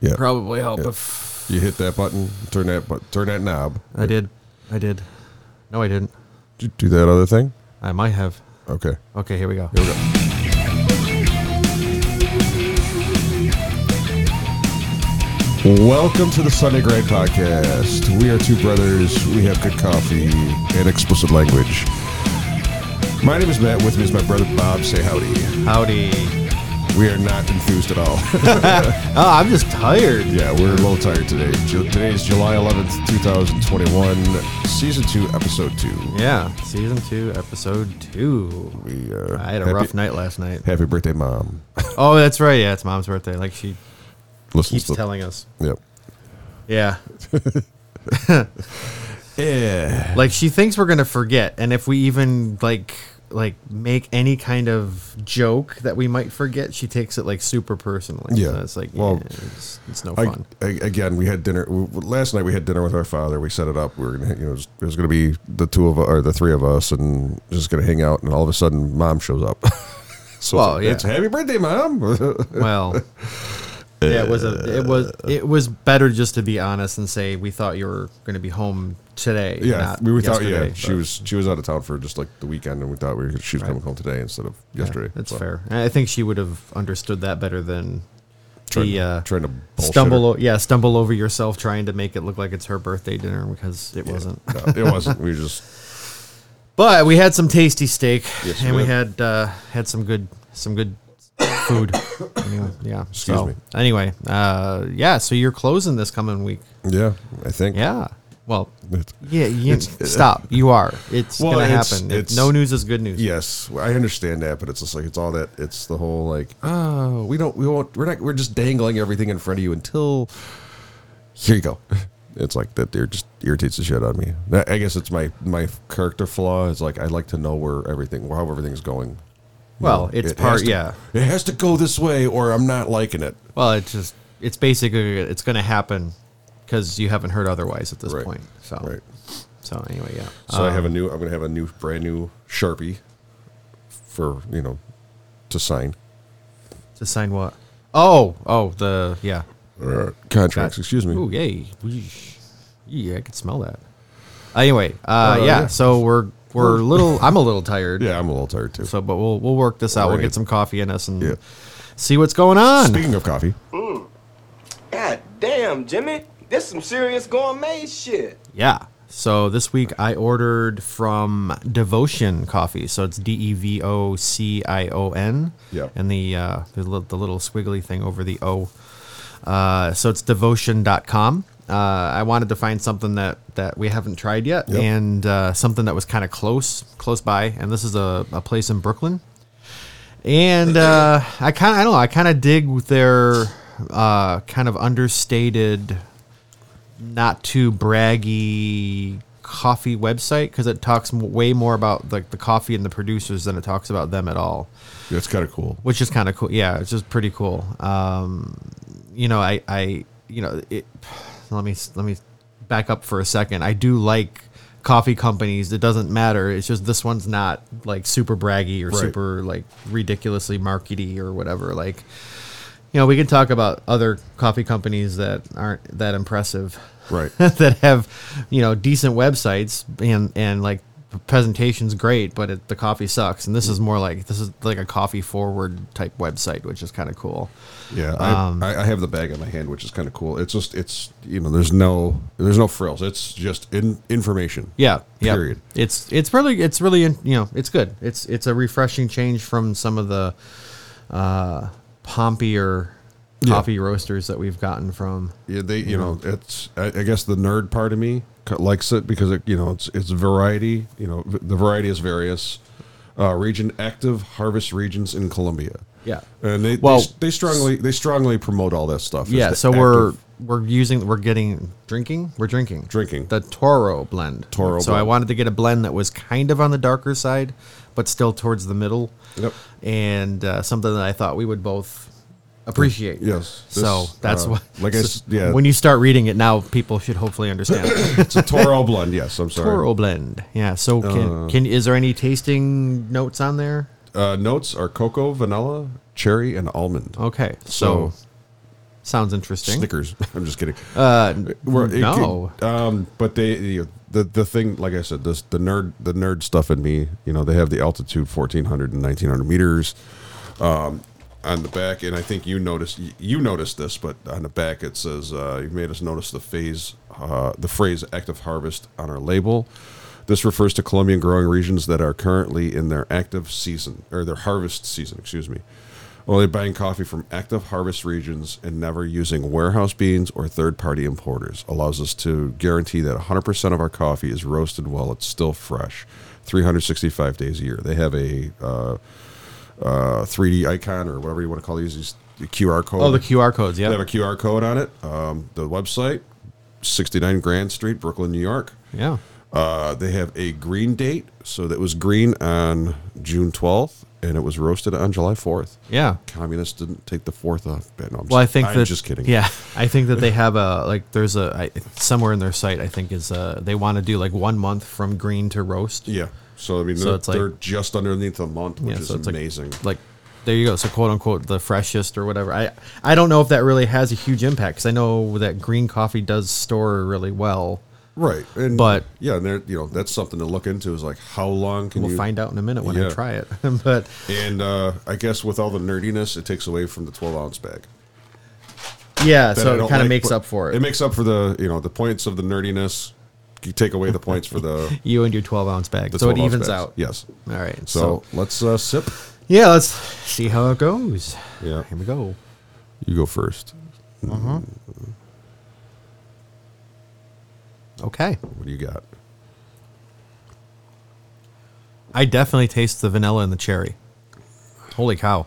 Yeah. Probably help if You hit that button, turn that but turn that knob. I did. I did. No, I didn't. Did you do that other thing? I might have. Okay. Okay, here we go. Here we go. Welcome to the Sunday Grind Podcast. We are two brothers. We have good coffee and explicit language. My name is Matt. With me is my brother Bob. Say howdy. Howdy. We are not enthused at all. Oh, I'm just tired. yeah, we're a little Ah, tired today. Ju- Today is July 11th, 2021, Season 2, Episode 2. Yeah, season two, episode two. We, uh, I had a happy- rough night last night. Happy birthday, Mom. Oh, that's right. Yeah, it's mom's birthday. Like she Listen keeps to telling us. Yep. Yeah. Yeah. Like she thinks we're gonna forget, and if we even like like make any kind of joke that we might forget, she takes it like super personally. Yeah. So it's like, Well, well, it's, it's no I, fun. I, again, we had dinner we, last night. We had dinner with our father. We set it up. We were gonna, you know, there's going to be the two of or the three of us, and just going to hang out. And all of a sudden, mom shows up. so Well, it's, yeah. happy birthday, mom. well, yeah, it was a, it was Uh, it was better just to be honest and say we thought you were going to be home today. yeah, not we, we thought yeah yesterday, she but- was she was out of town for just like the weekend, and we thought we were, she was Right. coming home today instead of yeah, yesterday. That's So, fair. And I think she would have understood that better than Trying, the uh, trying to bullshit stumble. her. O- yeah, stumble over yourself trying to make it look like it's her birthday dinner because it wasn't. No, it wasn't. We just But we had some tasty steak, Yes, and we we, did. had uh, had some good some good food. Anyway, yeah. Excuse so, me. Anyway, uh, yeah. So you're closing this coming week. yeah. I think Yeah. Well. It's- Yeah. You, It's- uh, stop. You are. It's Well, gonna it's- happen. it's- no news is good news. Yes, I understand that, but it's just like it's all that. It's the whole like, oh, we don't, we won't, we're not, we're just dangling everything in front of you until here you go. It's like that. They're just irritates the shit out of me. That- I guess it's my my character flaw. Is like I like to know where everything, how everything's going. Well, it's It has part. to- yeah. it has to go this way, or I'm not liking it. Well, it's just it's basically it's gonna happen because you haven't heard otherwise at this Right. point. So. Right. So anyway, yeah. Uh, So I have a new. I'm gonna have a new, brand new sharpie for you know to sign to sign what? Oh. Oh. The yeah. uh, contracts. Got- Excuse me. Ooh, yay! Weesh. Yeah, I could smell that. Anyway, uh, Uh, yeah, yeah. So we're we're a little. I'm a little tired. Yeah, I'm a little tired too. So, but we'll we'll work this out. We'll Right. get some coffee in us and Yeah. see what's going on. Speaking of coffee. God damn, Jimmy. This some serious gourmet shit. yeah. So this week I ordered from Devotion Coffee. So it's D E V O C I O N. Yep. And the uh, the, li- the little squiggly thing over the O. Uh, so it's devotion.com. Uh, I wanted to find something that, that we haven't tried yet Yep. and uh, something that was kind of close close by. And this is a, a place in Brooklyn. And uh, I kind of I don't know I kind of dig their uh, kind of understated, not too braggy coffee website because it talks m- way more about like the coffee and the producers than it talks about them at all That's kind of cool. which is kind of cool. Yeah, it's just pretty cool. Um, you know, I, I, you know, it, let me let me back up for a second. I do like coffee companies. It doesn't matter. It's just this one's not like super braggy or Right. super like ridiculously markety or whatever. Like, you know, we can talk about other coffee companies that aren't that impressive. Right. that have you know decent websites and and like the presentation's great but it, the coffee sucks and this is more like this is like a coffee forward type website which is kind of cool Yeah, I, Um, I, I have the bag in my hand, which is kind of cool. It's just, it's you know, there's no, there's no frills. It's just in, information. yeah yeah Period. it's it's really it's really in- you know it's good it's it's a refreshing change from some of the uh pompier Yeah. coffee roasters that we've gotten from Yeah, they, you know, it's. I, I guess the nerd part of me c- likes it because it, you know, it's it's variety. You know, v- the variety is various. Uh, region active harvest regions in Colombia. Yeah. and they well, Well- they, s- they strongly they strongly promote all that stuff. It's yeah the so we're active we're using we're getting drinking we're drinking Drinking. the toro blend Toro so i blend. wanted to get a blend that was kind of on the darker side but still towards the middle Yep. and uh, something that i thought we would both appreciate Yes, so this, that's uh, what like I so s- yeah. when you start reading it now people should hopefully understand it's a Toro blend. Yes, I'm sorry. toro blend yeah so can, can is there any tasting notes on there Uh, notes are cocoa, vanilla, cherry, and almond. okay so, So, Sounds interesting. Snickers. I'm just kidding. Uh, Well, it no. could- um, but they you know, the the thing, like I said, this the nerd the nerd stuff in me. You know, they have the altitude 1400 and 1900 meters um, on the back, and I think you noticed y- you noticed this, but on the back it says uh, you made us notice the phase uh, the phrase active harvest on our label. This refers to Colombian growing regions that are currently in their active season or their harvest season. Excuse me. Only buying coffee from active harvest regions and never using warehouse beans or third party importers allows us to guarantee that 100% of our coffee is roasted while it's still fresh 365 days a year. They have a uh, uh, 3D icon or whatever you want to call these, these the QR code. oh, the QR codes. They have a Yeah. QR code on it. Um, the website, 69 Grand Street, Brooklyn, New York. Yeah. Uh, they have a green date. So that was green on June 12th and it was roasted on July 4th Yeah. communists didn't take the fourth off. But no, I'm Well, I just- think I'm that just kidding. Yeah, I think that they have a like. There's a I, somewhere in their site. I think is uh they want to do like one month from green to roast. yeah. So I mean, So they're, it's like- they're just underneath a month, which is like- amazing. Like, there you go. So quote unquote the freshest or whatever. I I don't know if that really has a huge impact because I know that green coffee does store really well. right, and but- yeah, and they're you know that's something to look into. Is like how long can We'll you find out in a minute when I Yeah. try it. but And uh, I guess with all the nerdiness, it takes away from the twelve ounce bag. yeah, That I so don't it kind of like, makes but up for it. It makes up for the you know the points of the nerdiness. You take away the points for the, you and your 12 ounce bag, the so it 12 ounce evens bags. out. Yes. All right. So, let's uh, sip. yeah, let's see how it goes. Yeah. Here we go. You go first. Okay. What do you got? I definitely taste the vanilla and the cherry. Holy cow,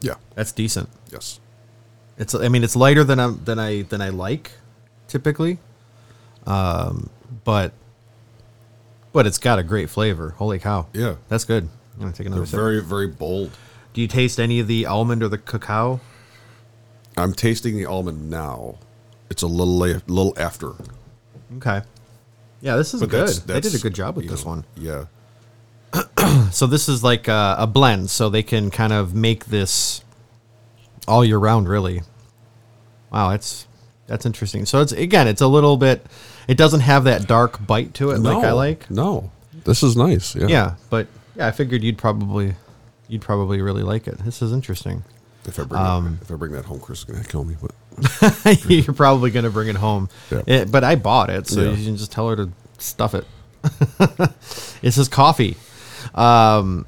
Yeah. that's decent. Yes. It's I mean it's lighter than I than I than I like typically, um, but but it's got a great flavor. Holy cow! Yeah. that's good. I'm gonna take another They're sip. very very bold. Do you taste any of the almond or the cacao? I'm tasting the almond now. It's a little la- little after. Okay. Yeah, this is But good. that's, they did a that's, good job with you this know, one. Yeah. So this is like a, a blend, so they can kind of make this all year round, really. Wow, that's that's interesting. So it's again, it's a little bit. It doesn't have that dark bite to it like I like. No. This is nice. Yeah. Yeah, but yeah, I figured you'd probably you'd probably really like it. This is interesting. If I bring Um, that, if I bring that home, Chris is gonna kill me. But You're probably gonna bring it home. Yeah. It- but I bought it, so Yeah. you can just tell her to stuff it. it says coffee. Um,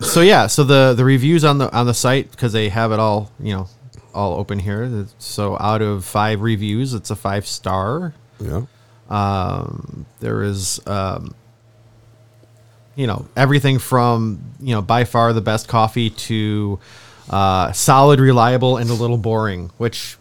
so yeah, so the the reviews on the on the site because they have it all you know all open here. So out of five reviews, it's a five star. yeah. there is um, you know everything from you know by far the best coffee to uh, solid reliable and a little boring which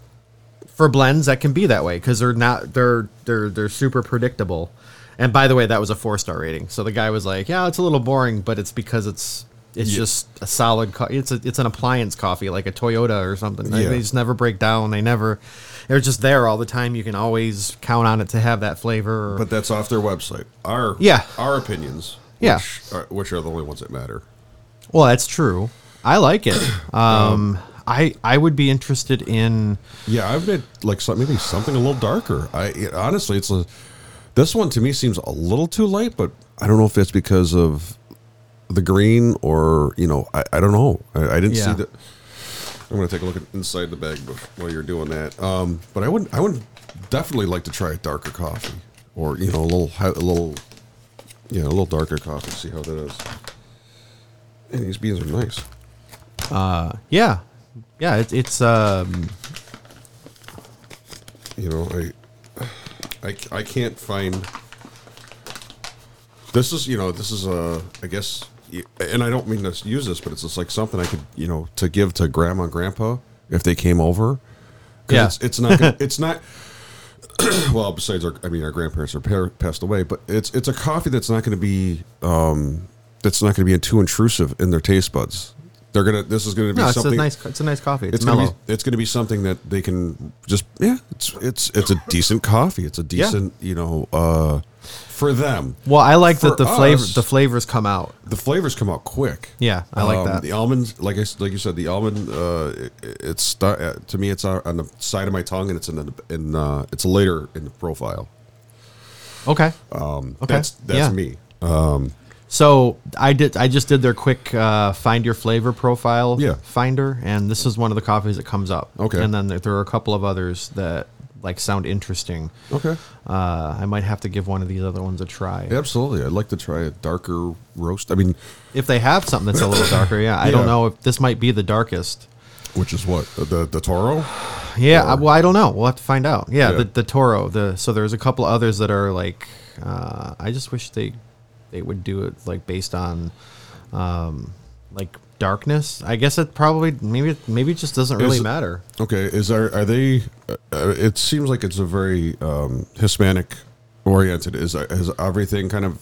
for blends that can be that way because they're not they're they're they're super predictable and by the way that was a four star rating so the guy was like yeah it's a little boring but it's because it's it's Yeah. just a solid co- it's a, it's an appliance coffee like a toyota or something Like, Yeah. they just never break down they never they're just there all the time you can always count on it to have that flavor or, But that's off their website. Our Yeah. Our opinions. Yeah. Which are, which are the only ones that matter. Well, that's true. I like it. Um, I I would be interested in. Yeah, I've made like some, maybe something a little darker. I it- honestly, it's a this one to me seems a little too light, but I don't know if it's because of the green or you know I, I don't know. I, I didn't Yeah. see that. I'm gonna take a look at inside the bag bef- while you're doing that. Um, but I would I would definitely like to try a darker coffee or you know a little hi- a little yeah a little darker coffee. See how that is. And these beans are nice. Yeah, yeah. It, it's um, you know I, I i can't find this is you know this is a i guess and i don't mean to use this but it's just like something i could you know to give to grandma and grandpa if they came over 'Cause Yeah. it's, it's not gonna, it's not well besides our i mean our grandparents are par- passed away but it's it's a coffee that's not going to be um that's not going to be too intrusive in their taste buds They're gonna. This is gonna be No, it's a something. nice. It's a nice coffee. It's, it's mellow. gonna be. It's gonna be something that they can just. Yeah. It's it's it's a decent coffee. It's a decent. You know. uh For them, well, I like for that the flavor us- the flavors come out. the flavors come out quick. Um, Yeah, I like that. The almonds, like I s- like you said, the almond. Uh, it, it's star- uh, to me, it's on on the side of my tongue, and it's in the in uh, it's later in the profile. Okay. Um, Okay. That's that's Yeah. me. So I did. I just did their quick uh, find your flavor profile Yeah. finder, and this is one of the coffees that comes up. Okay. And then there, there are a couple of others that like sound interesting. Okay. Uh, I might have to give one of these other ones a try Absolutely, I'd like to try a darker roast. I mean, if they have something that's a little darker. Yeah, I Yeah. don't know if this might be the darkest. which is what the the Toro. Yeah, I, Or- well, I don't know. We'll have to find out. Yeah, Yeah. The, the Toro. The so there's a couple others that are like. Uh, I just wish they they would do it like based on, um, like darkness. I guess it probably maybe maybe it just doesn't really Is- matter. Okay, is there are they? Uh, uh, it seems like it's a very um, Hispanic oriented. Is is everything kind of?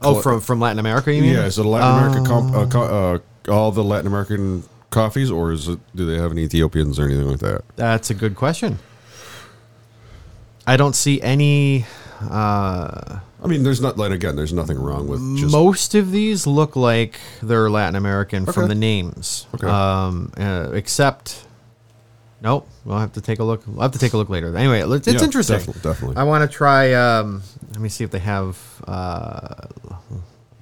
Oh, from Oh. from Latin America, you mean? yeah. Is it a Latin American comp, uh, co- uh, all the Latin American coffees, or is it? Do they have any Ethiopians or anything like that? That's a good question. I don't see any. Uh, I mean, there's not like again, there's nothing wrong with just Most of these look like they're Latin American Okay. from the names. Okay. Um, uh, except, nope. We'll have to take a look. We'll have to take a look later. Anyway, let's- it's Yeah, interesting. definitely, definitely. I want to try. Um, let me see if they have uh,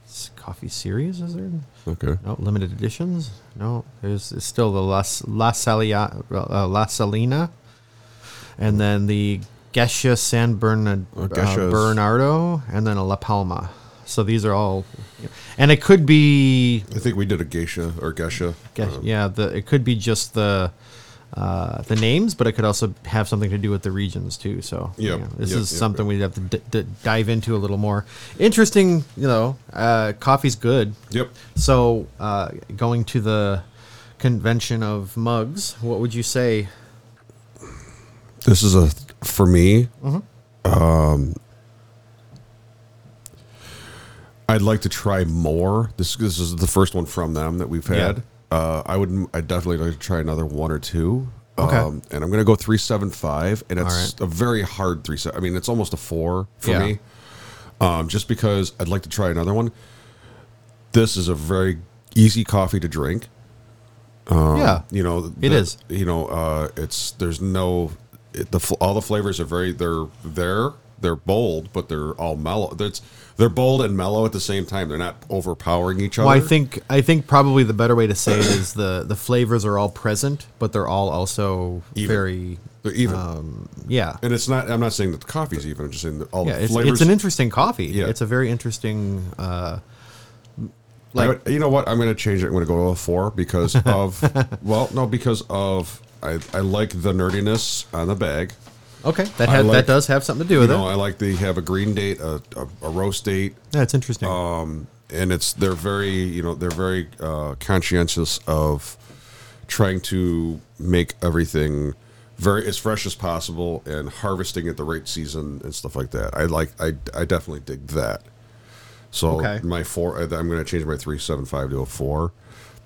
s- coffee series. Is there? okay. No limited editions. No, there's it's still the Las La Salia, uh, La Salina, and then the Gesha San Bernard, Oh, uh, Gesha's. Bernardo, and then a La Palma. So these are all, and it could be, I think we did a geisha or geisha. ge- Um, yeah, the it could be just the. Uh, the names, but it could also have something to do with the regions too. So, Yep, yeah, this yep, is yep, something we'd have to d- d- dive into a little more. Interesting, you know. Uh, coffee's good. Yep. So, uh, going to the convention of mugs, what would you say? This is a for me. Um, Mm-hmm. I'd like to try more. This this is the first one from them that we've had. Uh, I would I definitely like to try another one or two. Um, Okay. and I'm gonna go three seven five, and it's right. a very hard three. se- I mean, it's almost a four for Yeah. me. Um, just because I'd like to try another one. This is a very easy coffee to drink yeah. Um, you know It the- is. you know uh it's there's no it, the fl- all the flavors are very they're there they're bold but they're all mellow that's they're bold and mellow at the same time they're not overpowering each other Well, I think I think probably the better way to say it is the the flavors are all present, but they're all also Even. very they're even um, yeah. and it's not i'm not saying that the coffee's even i'm just saying that all Yeah, the it's, flavors it's an interesting coffee. Yeah. It's a very interesting uh I like would- you know what i'm going to change it i'm going to go to a four because of well no because of i i like the nerdiness on the bag okay, that I ha- like- that does have something to do you with know it. i like they have a green date a, a, a roast date That's interesting. Uh, and it's they're very you know they're very uh, conscientious of trying to make everything very as fresh as possible and harvesting at the right season and stuff like that. I like I I definitely dig that. So Okay. my four, I'm going to change my three seven five to a four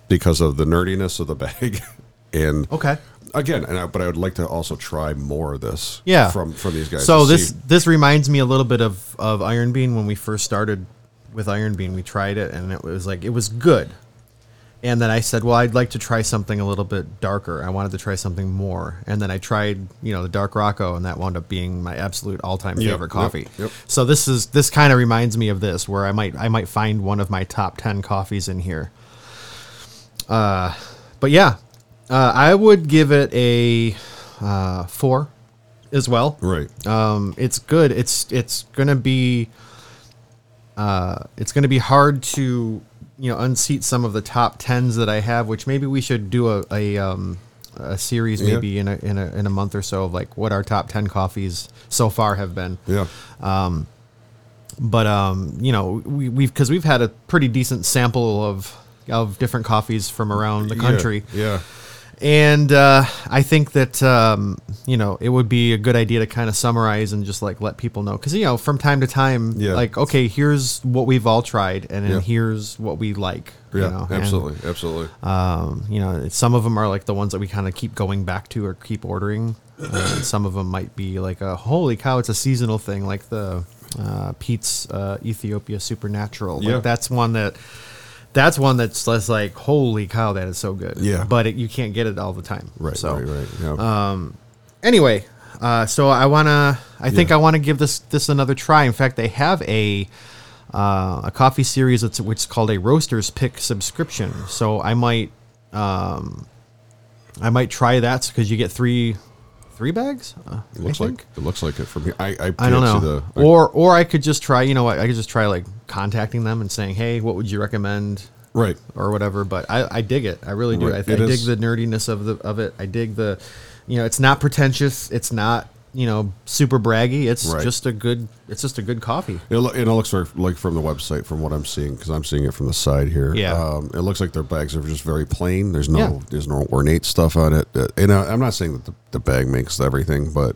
because of the nerdiness of the bag and okay. again, and I, but I would like to also try more of this. Yeah. from from these guys. So to this see- this reminds me a little bit of of Iron Bean when we first started with Iron Bean. We tried it and it was like it was good. And then I said, "Well, I'd like to try something a little bit darker. I wanted to try something more." And then I tried, you know, the Dark Rocco, and that wound up being my absolute all-time Yep, favorite yep, coffee. yep. So this is this kind of reminds me of this, where I might I might find one of my top ten coffees in here. But yeah, uh, I would give it a uh, four as well. right. Um, it's good. It's it's gonna be uh, it's gonna be hard to you know unseat some of the top tens that I have, which maybe we should do a a, um, a series Yeah. maybe in a, in a in a month or so of like what our top ten coffees so far have been. yeah. But um, you know we we've because we've had a pretty decent sample of of different coffees from around the Yeah. country Yeah. And uh, I think that um, you know it would be a good idea to kind of summarize and just like let people know because you know from time to time, Yeah. like okay, here's what we've all tried, and then Yeah. here's what we like. you Yeah, know, and, absolutely, absolutely. um, you know, some of them are like the ones that we kind of keep going back to or keep ordering. Uh, and some of them might be like a holy cow, it's a seasonal thing, like the uh, Pete's uh, Ethiopia Supernatural. Like Yeah. that's one that that's one that's less like holy cow, that is so good. Yeah. but it, you can't get it all the time. right, So uh, right, right. Yeah. anyway, uh, so I wanna, I think Yeah. I want to give this this another try. In fact, they have a uh, a coffee series that's which is called a Roasters Pick subscription. So I might, um, I might try that because you get three three bags. Uh, it looks I think? like it looks like it from here. I I, I don't can't know. see the- I- or or I could just try. You know what? I could just try like contacting them and saying, hey, what would you recommend? right. or whatever. But I, I dig it. I really do. Right. I, I It dig is- the nerdiness of the of it. I dig the, you know, it's not pretentious. It's not you know super braggy. It's Right. just a good. It's just a good coffee. It, lo- it looks very, like from the website, from what I'm seeing, because I'm seeing it from the side here. Yeah. um, it looks like their bags are just very plain. There's no, Yeah. there's no ornate stuff on it. Uh, and I, I'm not saying that the, the bag makes everything, but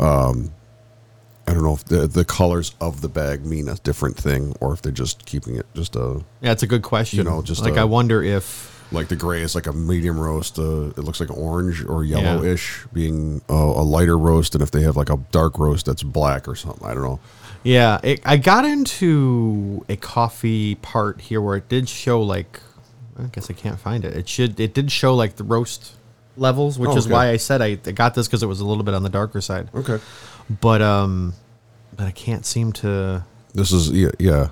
um, I don't know if the the colors of the bag mean a different thing, or if they're just keeping it just a Yeah, it's a good question. You know, just like a- I wonder if like the gray is like a medium roast. Uh, it looks like orange or yellowish, being uh, a lighter roast, and if they have like a dark roast that's black or something, I don't know. Yeah, it, I got into a coffee part here where it did show like I guess I can't find it. It should it did show like the roast levels, which Oh, is okay. why I said I, I got this because it was a little bit on the darker side. Okay, But um, but I can't seem to this is yeah, yeah.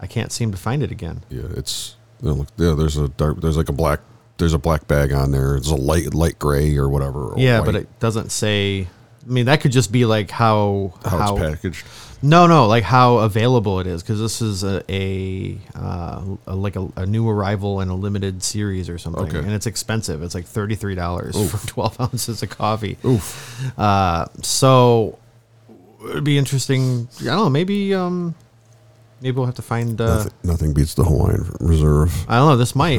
I can't seem to find it again. Yeah, it's you know, look, yeah. There's a dark. There's like a black. There's a black bag on there. It's a light light gray or whatever. or yeah, white, but it doesn't say. I mean, that could just be like how how, it's packaged. No, no, like how available it is because this is a, a, uh, a like a, a new arrival and a limited series or something, Okay. and it's expensive. It's like thirty three dollars for twelve ounces of coffee. Oof. Uh, so it'd be interesting. I don't know. Maybe um, maybe we'll have to find. Uh, nothing, nothing beats the Hawaiian Reserve. I don't know. This might.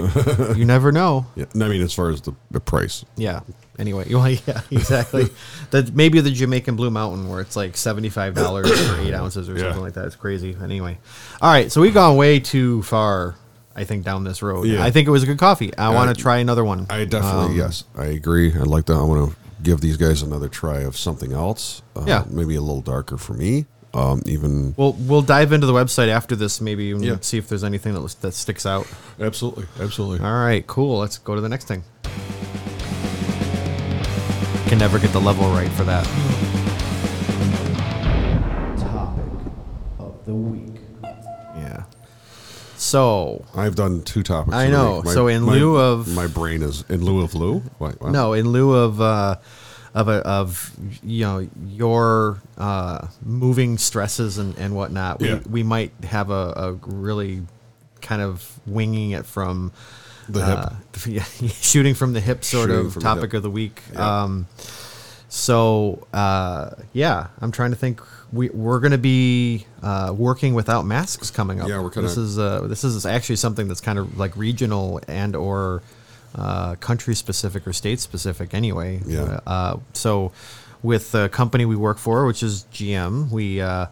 you never know. Yeah, I mean, as far as the, the price, Yeah. Anyway, you want- yeah, exactly. that maybe the Jamaican Blue Mountain where it's like seventy five dollars for eight ounces or Yeah. something like that. It's crazy. Anyway, all right. So we've gone way too far. I think down this road. Yeah. I think it was a good coffee. I want to try another one. Um, I definitely yes, I agree. I'd like to. I want to give these guys another try of something else. Uh, Yeah. maybe a little darker for me. Um, even We'll we'll dive into the website after this, maybe, and Yeah. see if there's anything that that sticks out. absolutely, absolutely. All right, cool. Let's go to the next thing. Can never get the level right for that. topic of the week. Yeah. So I've done two topics. I a know. week. So in my- lieu of- my brain is in lieu of Lou. Wait, what? No, in lieu of uh, of a, of you know your uh, moving stresses and, and whatnot, we, Yeah. we might have a, a really kind of winging it from uh, The hip. yeah, shooting from the hip sort Shooting of from the topic hip. of the week. Yeah. Um, so uh, yeah, I'm trying to think. We we're gonna be uh, working without masks coming up. Yeah, we're kinda- This is uh, this is actually something that's kind of like regional and or uh, country specific or state specific. Anyway, Yeah. Uh, so with the company we work for, which is GM, we uh,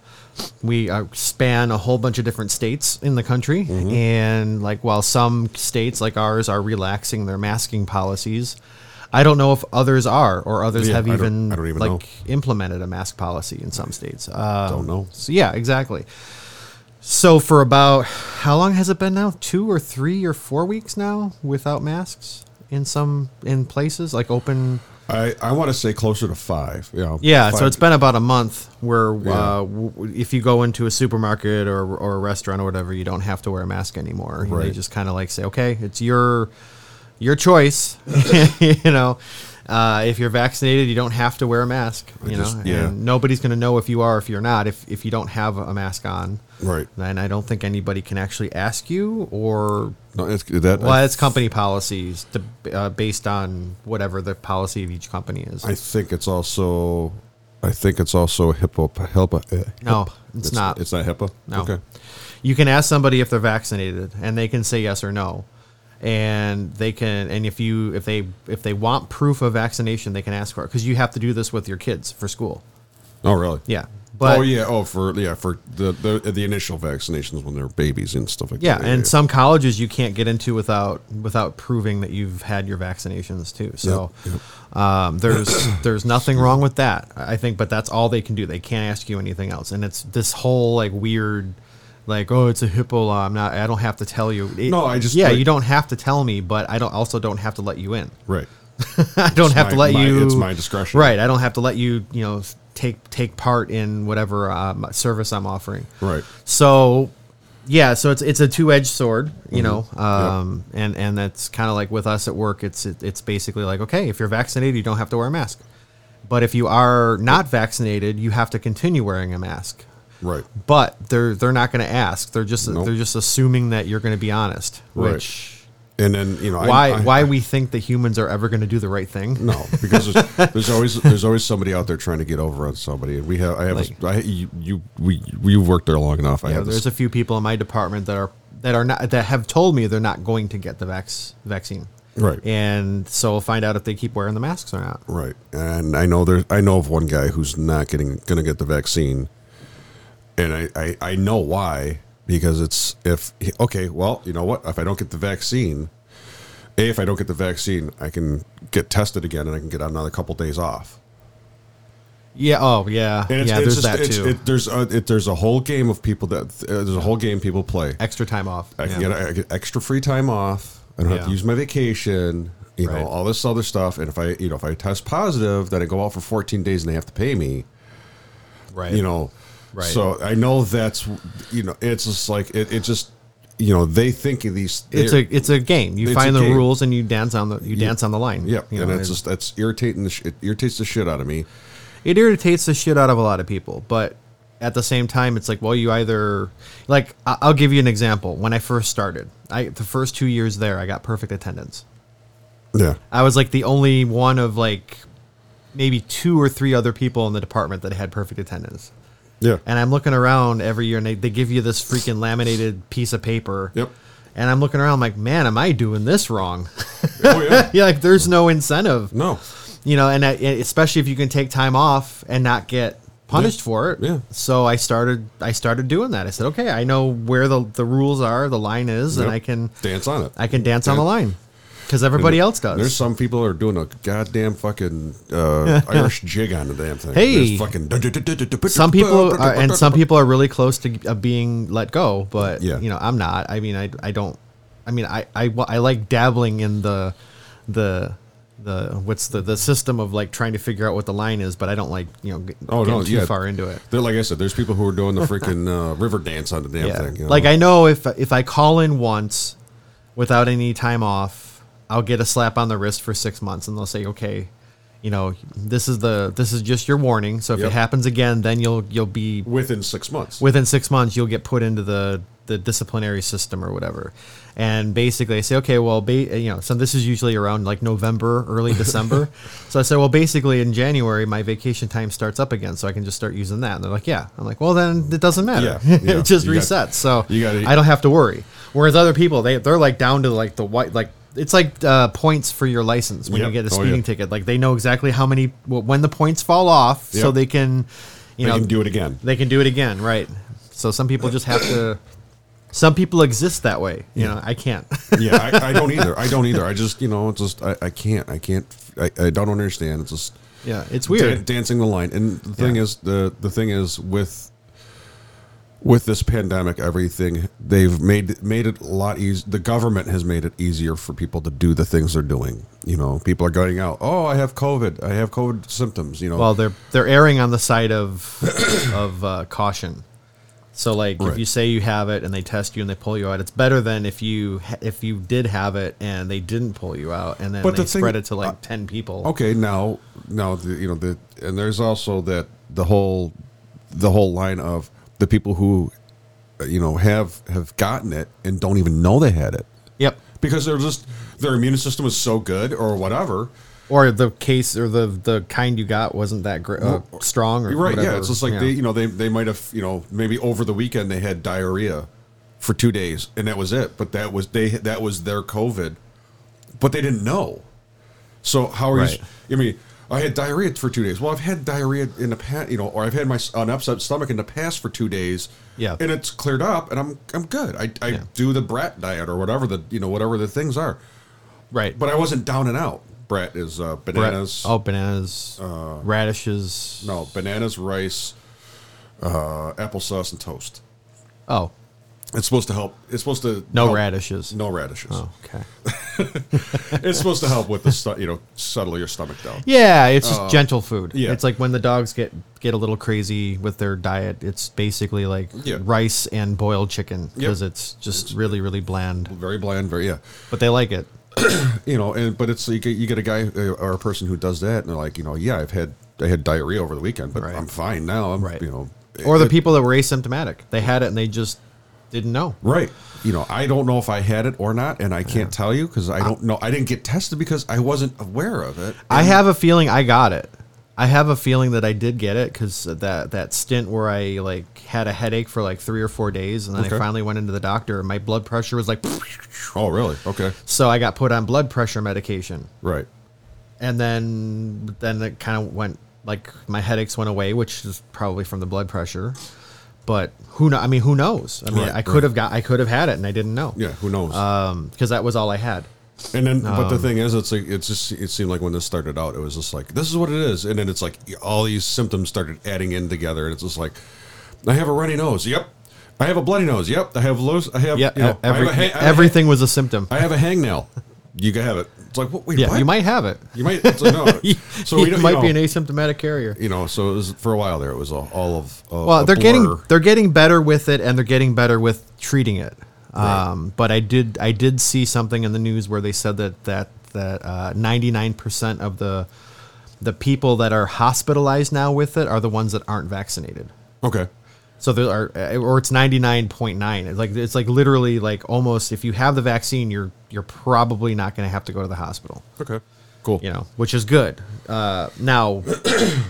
we uh, span a whole bunch of different states in the country, Mm-hmm. and like while some states like ours are relaxing their masking policies. I don't know if others are, or others Yeah, have I don't- even, I don't even like know. implemented a mask policy in some states. Uh, Don't know. So yeah, exactly. So for about how long has it been now? Two or three or four weeks now without masks in some in places like open. I, I want to say closer to five. Yeah. Yeah, so Five- it's been about a month where Yeah. uh, w- w- if you go into a supermarket or, or a restaurant or whatever, you don't have to wear a mask anymore. You know, They Right. just kind of like say, okay, it's your your choice. you know, uh, if you're vaccinated, you don't have to wear a mask. You know, just- yeah. and nobody's going to know if you are or if you're not if if you don't have a mask on. Right. And I don't think anybody can actually ask you or No, it's that. well, it's company policies to, uh, based on whatever the policy of each company is. I think it's also. I think it's also HIPAA. HIPAA uh, No, hip- it's not. It's not HIPAA. No. Okay. You can ask somebody if they're vaccinated, and they can say yes or no. and they can and if you if they if they want proof of vaccination they can ask for it because you have to do this with your kids for school Oh, really? yeah but oh, yeah. Oh, for yeah, for the, the the initial vaccinations when they're babies and stuff like yeah that. and some colleges you can't get into without without proving that you've had your vaccinations too so Um, there's there's nothing wrong with that i think but that's all they can do they can't ask you anything else and it's this whole like weird like oh it's a hippo law i'm not i don't have to tell you It- No, I just- yeah like- you don't have to tell me but i don't also don't have to let you in right. I don't It's have my- to let my- you. it's my discretion. right? I don't have to let you, you know, take take part in whatever um, service I'm offering. Right. So, yeah, so it's it's a two edged sword, Mm-hmm. you know, um, and and that's kind of like with us at work. It's it, it's basically like okay, if you're vaccinated, you don't have to wear a mask, but if you are not vaccinated, you have to continue wearing a mask. Right. But they're they're not going to ask. They're just Nope. they're just assuming that you're going to be honest, Right. which. And then you know I- Why, I- why we think that humans are ever going to do the right thing? No, because there's, there's always there's always somebody out there trying to get over on somebody, and we have I have Like- a, I, you, you we we've worked there long enough. I Yeah, have there's this, a few people in my department that are that are not that have told me they're not going to get the vax vaccine. Right. And so we'll find out if they keep wearing the masks or not. right, and I know there I know of one guy who's not getting going to get the vaccine, and I, I I know why because it's if okay well you know what if I don't get the vaccine, a if I don't get the vaccine I can get tested again and I can get another couple days off. Yeah. Oh, yeah. And it's, yeah. it's There's just, that it's, too. It, there's a it, there's a whole game of people that uh, there's a whole game people play. Extra time off. I can Yeah. get I get extra free time off. I don't have to Yeah. use my vacation. You Right. know all this other stuff. And if I you know if I test positive, then I go out for 14 days and they have to pay me. right. You know, Right. So I know that's you know it's just like it, it just you know they think of these. It's a it's a game. You It's find a the game. rules and you dance on the you dance on the line. Yep, You and know, it's it- just that's irritating. The sh- it irritates the shit out of me. it irritates the shit out of a lot of people but at the same time it's like well you either like I- i'll give you an example when i first started i the first two years there i got perfect attendance Yeah, i was like the only one of like maybe two or three other people in the department that had perfect attendance yeah, and i'm looking around every year and they, they give you this freaking laminated piece of paper Yep. and i'm looking around I'm like man am i doing this wrong oh yeah, yeah like there's no incentive no, you know, and I, and especially if you can take time off and not get punished Yeah. for it. Yeah. So I started I started doing that. I said, okay, I know where the the rules are, the line is, and Yep. I can dance on it. I can dance on the line because everybody else does. There's some people that are doing a goddamn fucking uh, Irish jig on the damn thing. Hey. There's fucking some people are, and some people are really close to uh, being let go, but Yeah. you know, I'm not. I mean, I I don't. I mean, I I, wa- I like dabbling in the the. The what's the the system of like trying to figure out what the line is, but I don't like you know get, Oh, getting no, too yeah. far into it. They're, like I said, there's people who are doing the freaking uh, river dance on the damn Yeah. thing. you know? Like I know if if I call in once without any time off, I'll get a slap on the wrist for six months, and they'll say, "Okay, you know, this is the this is just your warning. So if Yep. it happens again, then you'll you'll be within six months. within six months you'll get put into the the disciplinary system or whatever." And basically, I say, "Okay, well, ba- you know, so this is usually around like November, early December." so I say, "Well, basically in January, my vacation time starts up again, so I can just start using that." And they're like, "Yeah." I'm like, "Well, then it doesn't matter. Yeah, yeah. it just You got- resets." so you gotta- I don't have to worry. Whereas other people, they they're like down to like the white like it's like uh, points for your license when Yep. you get a Oh, speeding yeah. ticket. Like they know exactly how many wh- when the points fall off, so Yep. they can you They know can do it again. They can do it again, right? So some people just have to. Some people exist that way. You know, I can't. yeah, I, I don't either. I don't either. I just, you know, it's just, I, I can't. I can't. I, I don't understand. It's just. yeah, it's weird. Dan- dancing the line. And the thing Yeah. is, the the thing is with with this pandemic, everything they've made made it a lot easier. The government has made it easier for people to do the things they're doing. You know, people are going out. Oh, I have COVID. I have COVID symptoms. You know, Well, they're they're erring on the side of of uh, caution. So, like, Right. if you say you have it and they test you and they pull you out, it's better than if you ha- if you did have it and they didn't pull you out and then they But the thing- spread it to like ten people. okay now now the, you know the and there's also that the whole the whole line of the people who uh, you know have have gotten it and don't even know they had it Yep. because they're just their immune system is so good or whatever Or the case or the the kind you got wasn't that gr- uh, strong or You're right. Whatever. Yeah, it's just like yeah. they, you know, they they might have, you know, maybe over the weekend they had diarrhea, for two days, and that was it. But that was they that was their COVID, but they didn't know. So how are Right. you? I mean, I had diarrhea for two days. Well, I've had diarrhea in the past, you know, or I've had my an upset stomach in the past for two days. Yeah. and it's cleared up, and I'm I'm good. I, I Yeah. do the brat diet or whatever the you know whatever the things are. Right. But I wasn't down and out. Brat is uh, Bra- bananas. oh, bananas, radishes. uh, No, bananas, rice, uh, applesauce, and toast. Oh, It's supposed to help. It's supposed to no help- radishes. No radishes. Oh, okay. It's supposed to help with the stu- you know settle your stomach down. Yeah, it's just gentle food. Uh, yeah. It's like when the dogs get get a little crazy with their diet. It's basically like Yeah. rice and boiled chicken because Yep. it's just really really bland. Very bland. Very yeah. But they like it. You know, and but it's you get, you get a guy uh, or a person who does that, and they're like, you know, yeah, I've had I had diarrhea over the weekend, but Right. I'm fine now. I'm Right. you know, Or the it- people that were asymptomatic, they had it and they just didn't know. Right. You know, I don't know if I had it or not, and I can't tell you because I don't know. I didn't get tested because I wasn't aware of it. I have a feeling I got it. I have a feeling that I did get it because that that stint where I like had a headache for like three or four days, and then Okay. I finally went into the doctor, and my blood pressure was like, Oh, really? Okay. so I got put on blood pressure medication, Right. and then then it kind of went like my headaches went away, which is probably from the blood pressure. But who know? I mean, who knows? I mean, Right, I right. could have got, I could have had it, and I didn't know. Yeah. Who Uh, knows? because that was all I had. And then, but Um, the thing is, it's like it's just it seemed like when this started out, it was just like this is what it is, and then it's like all these symptoms started adding in together, and it's just like I have a runny nose. Yep. I have a bloody nose. Yep. I have loose. I have Yeah, e-, You know, every, I have a ha- I have a- everything was a symptom. I have a hangnail. You can have it. It's like what? Wait, yeah, what? you might have it. You might. It's like, no. so you we don't, might you know, be an asymptomatic carrier. You know. So it was for a while there. It was all, all of. Uh, well, a they're blur. getting they're getting better with it, and they're getting better with treating it. Um, but I did I did see something in the news where they said that that that ninety nine percent of the the people that are hospitalized now with it are the ones that aren't vaccinated. okay. So there are, uh, or it's ninety nine point nine. Like it's like literally like almost if you have the vaccine, you're you're probably not going to have to go to the hospital. Okay. Cool. You know, which is good. Uh, now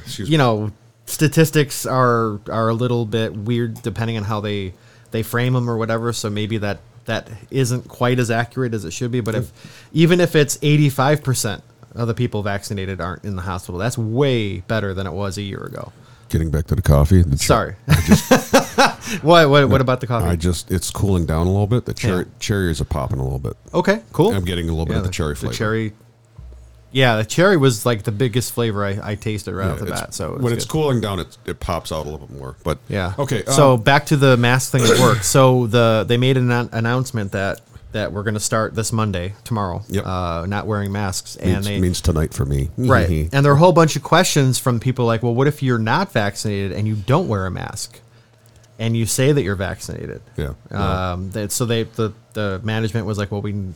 Excuse you know statistics are are a little bit weird depending on how they they frame them or whatever so maybe that that isn't quite as accurate as it should be but if even if it's 85% of the people vaccinated aren't in the hospital that's way better than it was a year ago Getting back to the coffee. The cher- sorry what, what what about the coffee I just it's cooling down a little bit. The cherry Yeah. cherries are popping a little bit. okay cool I'm getting a little bit Yeah, of the cherry flavor. the cherry yeah the cherry was like the biggest flavor i, I tasted right Yeah, off the it's- bat so it when was it's good. cooling down, it, it pops out a little bit more. But Yeah. okay. So um, back to the mask thing at work. So the they made an annou- announcement that that we're going to start this Monday, tomorrow. Yep. Uh, not wearing masks, and means, they means tonight for me. right, and there are a whole bunch of questions from people like, well, what if you're not vaccinated and you don't wear a mask, and you say that you're vaccinated? Yeah. Um. That, so they the the management was like, well, we.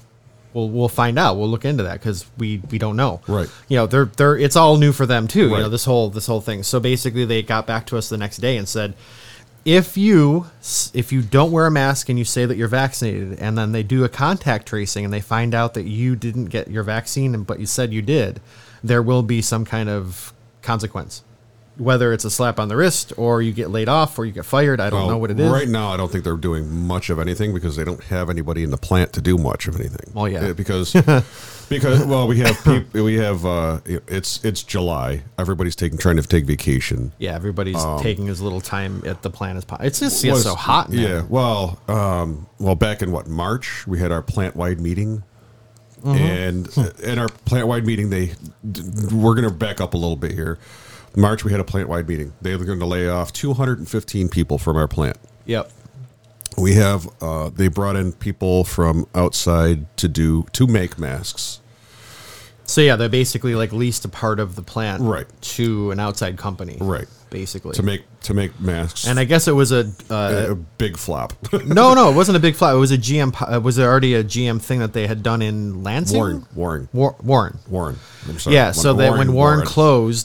We'll, we'll find out. We'll look into that because we, we don't know. Right. You know, they're they're it's all new for them too. You know, Right. this whole this whole thing. So basically, they got back to us the next day and said, if you s- if you don't wear a mask and you say that you're vaccinated and then they do a contact tracing and they find out that you didn't get your vaccine and- but you said you did there will be some kind of consequence whether it's a slap on the wrist or you get laid off or you get fired i don't Well, know what it is Right now, I don't think they're doing much of anything because they don't have anybody in the plant to do much of anything. Well, yeah. Uh, because because well, we have peop- we have uh, it's it's July. Everybody's taking trying to take vacation. yeah everybody's taking as little time at the plant as possible it's just it's Um, Was- so hot in yeah. there. Well, um, well, back in what March we had our plant wide meeting, Mm-hmm. and in our plant wide meeting they d- we're going to back up a little bit here. March we had a plant wide meeting. They were going to lay off 215 people from our plant. yep We have uh, they brought in people from outside to do to make masks. so yeah they basically like leased a part of the plant Right. to an outside company Right. basically To make to make masks. and i guess it was a uh, a, a big flop. no, no, it wasn't a big flop. It was a GM. po- uh, It was already a GM thing that they had done in Lansing. Warren, Warren, War- Warren. Warren. I'm sorry. Yeah. So that when Warren, closed.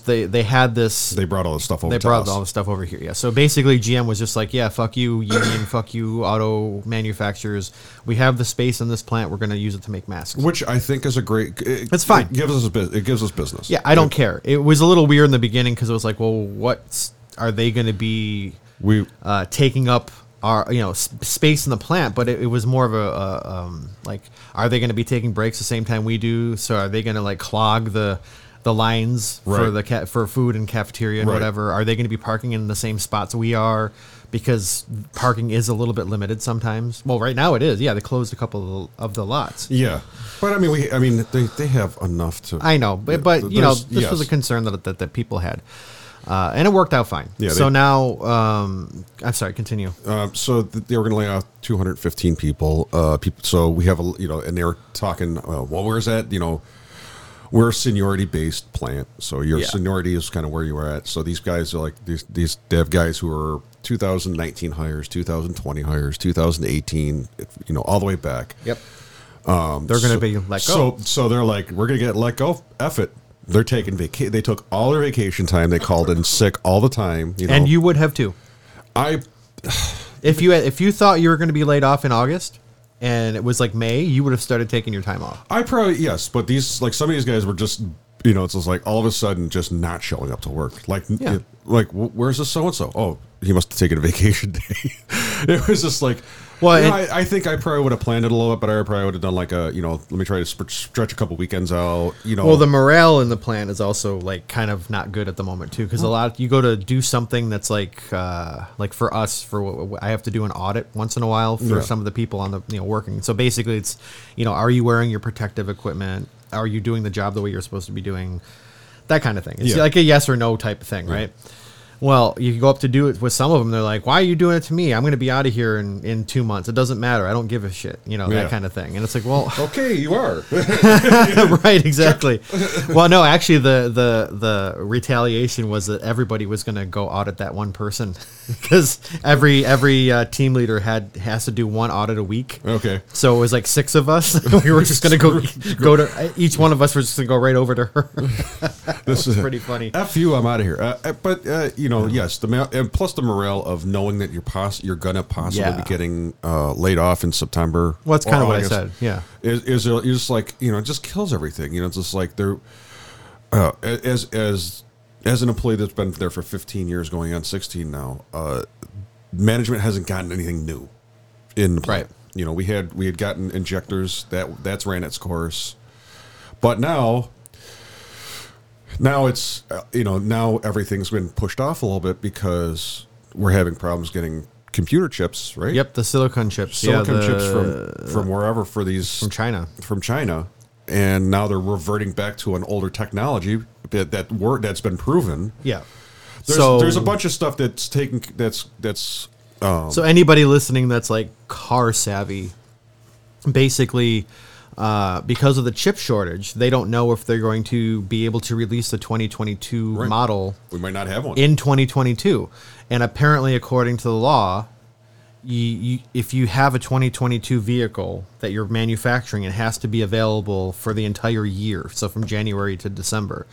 closed, they they had this. They brought all the stuff over. They to brought us. all the stuff over here. Yeah. So basically, GM was just like, yeah, fuck you, union, fuck you, auto manufacturers. We have the space in this plant. We're going to use it to make masks. which I think is a great. It, It's fine. It gives us a bus- it gives us business. yeah, I don't care. It was a little weird in the beginning because it was like, well, what are they going to be We uh, taking up are you know s- space in the plant, but it, it was more of a, a um, like are they going to be taking breaks the same time we do? So are they going to like clog the the lines for Right. the ca- for food and cafeteria and Right. whatever? Are they going to be parking in the same spots we are? Because parking is a little bit limited sometimes. Well, right now it is. Yeah, they closed a couple of the, of the lots. Yeah, but I mean, we, I mean, they, they have enough to. I know, but, but you know, There's- this yes. was a concern that that, that people had, uh, and it worked out fine. Yeah, so they- now, um, I'm sorry. Continue. Uh, so th- they were going to lay off 215 people. Uh, people. So we have a you know, and they were talking. Uh, well, where's that? You know, we're a seniority based plant, so your Yeah. seniority is kind of where you are at. So these guys are like these these dev guys who are 2019 hires, 2020 hires, 2018, you know, all the way back. Yep. They're going to um, so, be let So go. so they're like, we're gonna get let go. F it. They're taking vaca- They took all their vacation time. They called in sick all the time. You know, and you would have too. I If you had, if you thought you were going to be laid off in August and it was like May, you would have started taking your time off. I probably yes, but these like some of these guys were just you know it's just like all of a sudden just not showing up to work. Like Yeah. it- like wh- where's this so and so? Oh, he must have taken a vacation day. it was just like. Well, Well, and- I, I think I probably would have planned it a little bit, but I probably would have done like a you know let me try to sp- stretch a couple weekends out. You know, Well, the morale in the plant is also like kind of not good at the moment too, because a lot you go to do something that's like uh, like for us for what I have to do an audit once in a while for Yeah. some of the people on the you know working. So basically, it's you know, are you wearing your protective equipment? Are you doing the job the way you're supposed to be doing? That kind of thing. It's Yeah. like a yes or no type of thing, right? Well, you go up to do it with some of them. They're like, "Why are you doing it to me? I'm going to be out of here in, in two months. It doesn't matter. I don't give a shit." You know Yeah. that kind of thing. And it's like, well, okay, you are. right, exactly. well, no, actually, the the the retaliation was that everybody was going to go audit that one person because every every uh, team leader had has to do one audit a week. okay, So it was like six of us. we were just going to go go to each one of us was just going to go right over to her. this is Pretty funny. F you, I'm out of here. Uh, uh, but uh, you know, yes, the ma- and plus the morale of knowing that you're poss- you're gonna possibly Yeah. be getting uh, laid off in September. Well, that's or kinda what I August said, yeah. is, is it- it's just like you know, it just kills everything. You know, it's just like they're uh, as as as an employee that's been there for 15 years, going on 16 now. Uh, management hasn't gotten anything new in the plant. Right. You know, we had we had gotten injectors that that's ran its course, but now now it's uh, you know now everything's been pushed off a little bit because we're having problems getting computer chips, right? Yep, the silicon chips. silicon yeah, the, chips from from wherever for these from China. from China, and now they're reverting back to an older technology that that word that's been proven. Yeah. There's, so there's a bunch of stuff that's taken that's that's uh, So anybody listening that's like car savvy, basically, uh, because of the chip shortage, they don't know if they're going to be able to release the 2022 Right. model we might not have one. in 2022. And apparently, according to the law, you, you, if you have a 2022 vehicle that you're manufacturing, it has to be available for the entire year, so from January to December.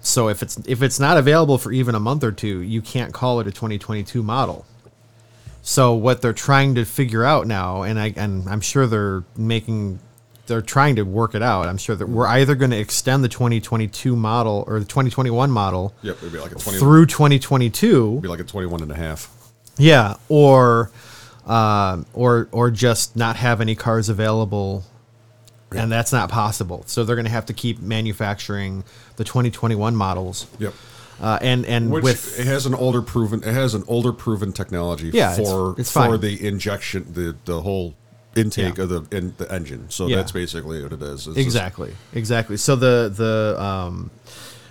So if it's if it's not available for even a month or two, you can't call it a 2022 model. So what they're trying to figure out now, and I and I'm sure they're making, they're trying to work it out. I'm sure that we're either going to extend the 2022 model or the 2021 model Yep, it'd be like a 20, through be 2022 like a 21 and a half. yeah or um, or or just not have any cars available and that's not possible so they're going to have to keep manufacturing the 2021 models Yep. uh, and and Which with it has an older proven it has an older proven technology Yeah, it's- for it's for fine. the injection the the whole intake Yeah. of the in, the engine. So Yeah. that's basically what it is. It's just- exactly exactly so the the um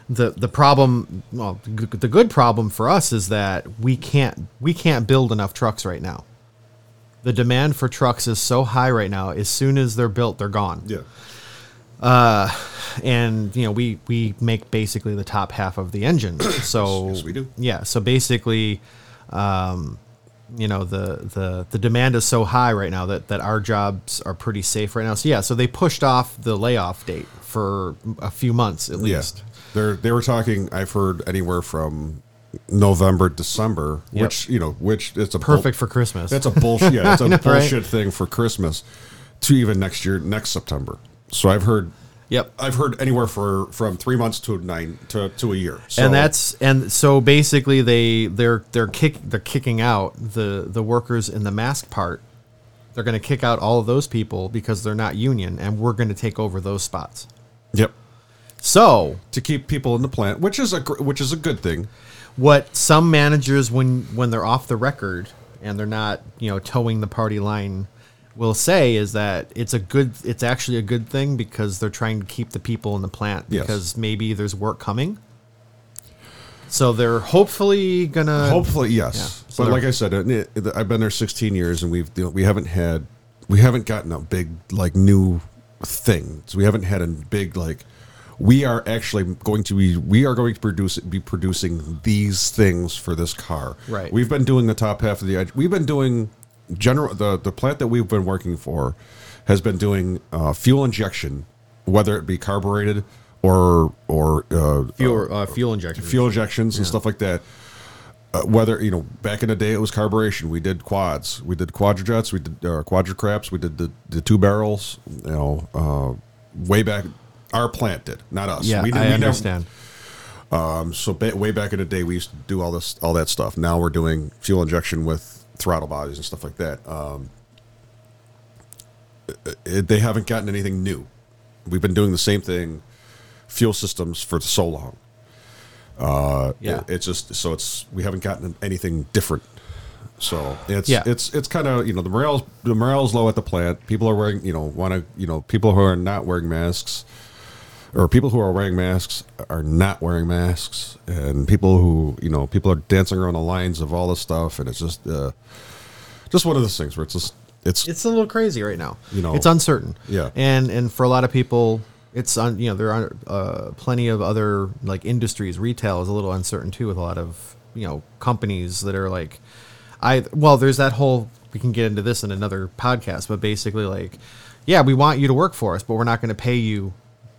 the the problem well g- the good problem for us is that we can't we can't build enough trucks right now the demand for trucks is so high right now as soon as they're built they're gone yeah. and you know we we make basically the top half of the engine so Yes, we do. yeah so basically um you know the the the demand is so high right now that that our jobs are pretty safe right now so yeah so they pushed off the layoff date for a few months at least Yeah. They're they were talking I've heard anywhere from November, December, Yep. which you know, which it's a bull- perfect for christmas That's a bullshit. Yeah, it's a know, right? bullshit thing for Christmas to even next year, next September. So I've heard Yep. I've heard anywhere for from three months to nine to, to a year. So and that's and so basically they they're they're kick they're kicking out the the workers in the mask part. They're going to kick out all of those people because they're not union, and we're going to take over those spots. yep So to keep people in the plant, which is a gr- which is a good thing. what some managers when when they're off the record and they're not you know towing the party line will say is that it's a good it's actually a good thing because they're trying to keep the people in the plant Yes. because maybe there's work coming so they're hopefully gonna Hopefully, yes. So but they're- like I said, it- it- I've been there 16 years, and we've you know, we haven't had we haven't gotten a big like new thing. So we haven't had a big like we are actually going to be we are going to produce be producing these things for this car. Right. We've been doing the top half of the edge. We've been doing general the the plant that we've been working for has been doing uh, fuel injection, whether it be carbureted or or uh, fuel uh, fuel injection fuel injections and stuff like that. Uh, whether you know, back in the day, it was carburation. We did quads, we did quadrajets, we did uh, quadracraps, we did the, the two barrels. You know, uh, way back, our plant did, not us. yeah we, did- i we never- understand so ba- way back in the day, we used to do all this, all that stuff. Now we're doing fuel injection with throttle bodies and stuff like that. Um, it, they haven't gotten anything new. We've been doing the same thing, fuel systems for so long. Uh, Yeah. it- it's just so it's we haven't gotten anything different. So it's Yeah. it's it's kind of you know the morale's the morale's low at the plant. People are wearing you know want to you know people who are not wearing masks or people who are wearing masks are not wearing masks, and people who you know people are dancing around the lines of all this stuff, and it's just uh, just one of those things where it's just it's, it's a little crazy right now You know. it's uncertain Yeah. and and for a lot of people it's on you know there are uh, plenty of other like industries retail is a little uncertain too with a lot of you know companies that are like i well there's that whole we can get into this in another podcast but basically like yeah we want you to work for us but we're not going to pay you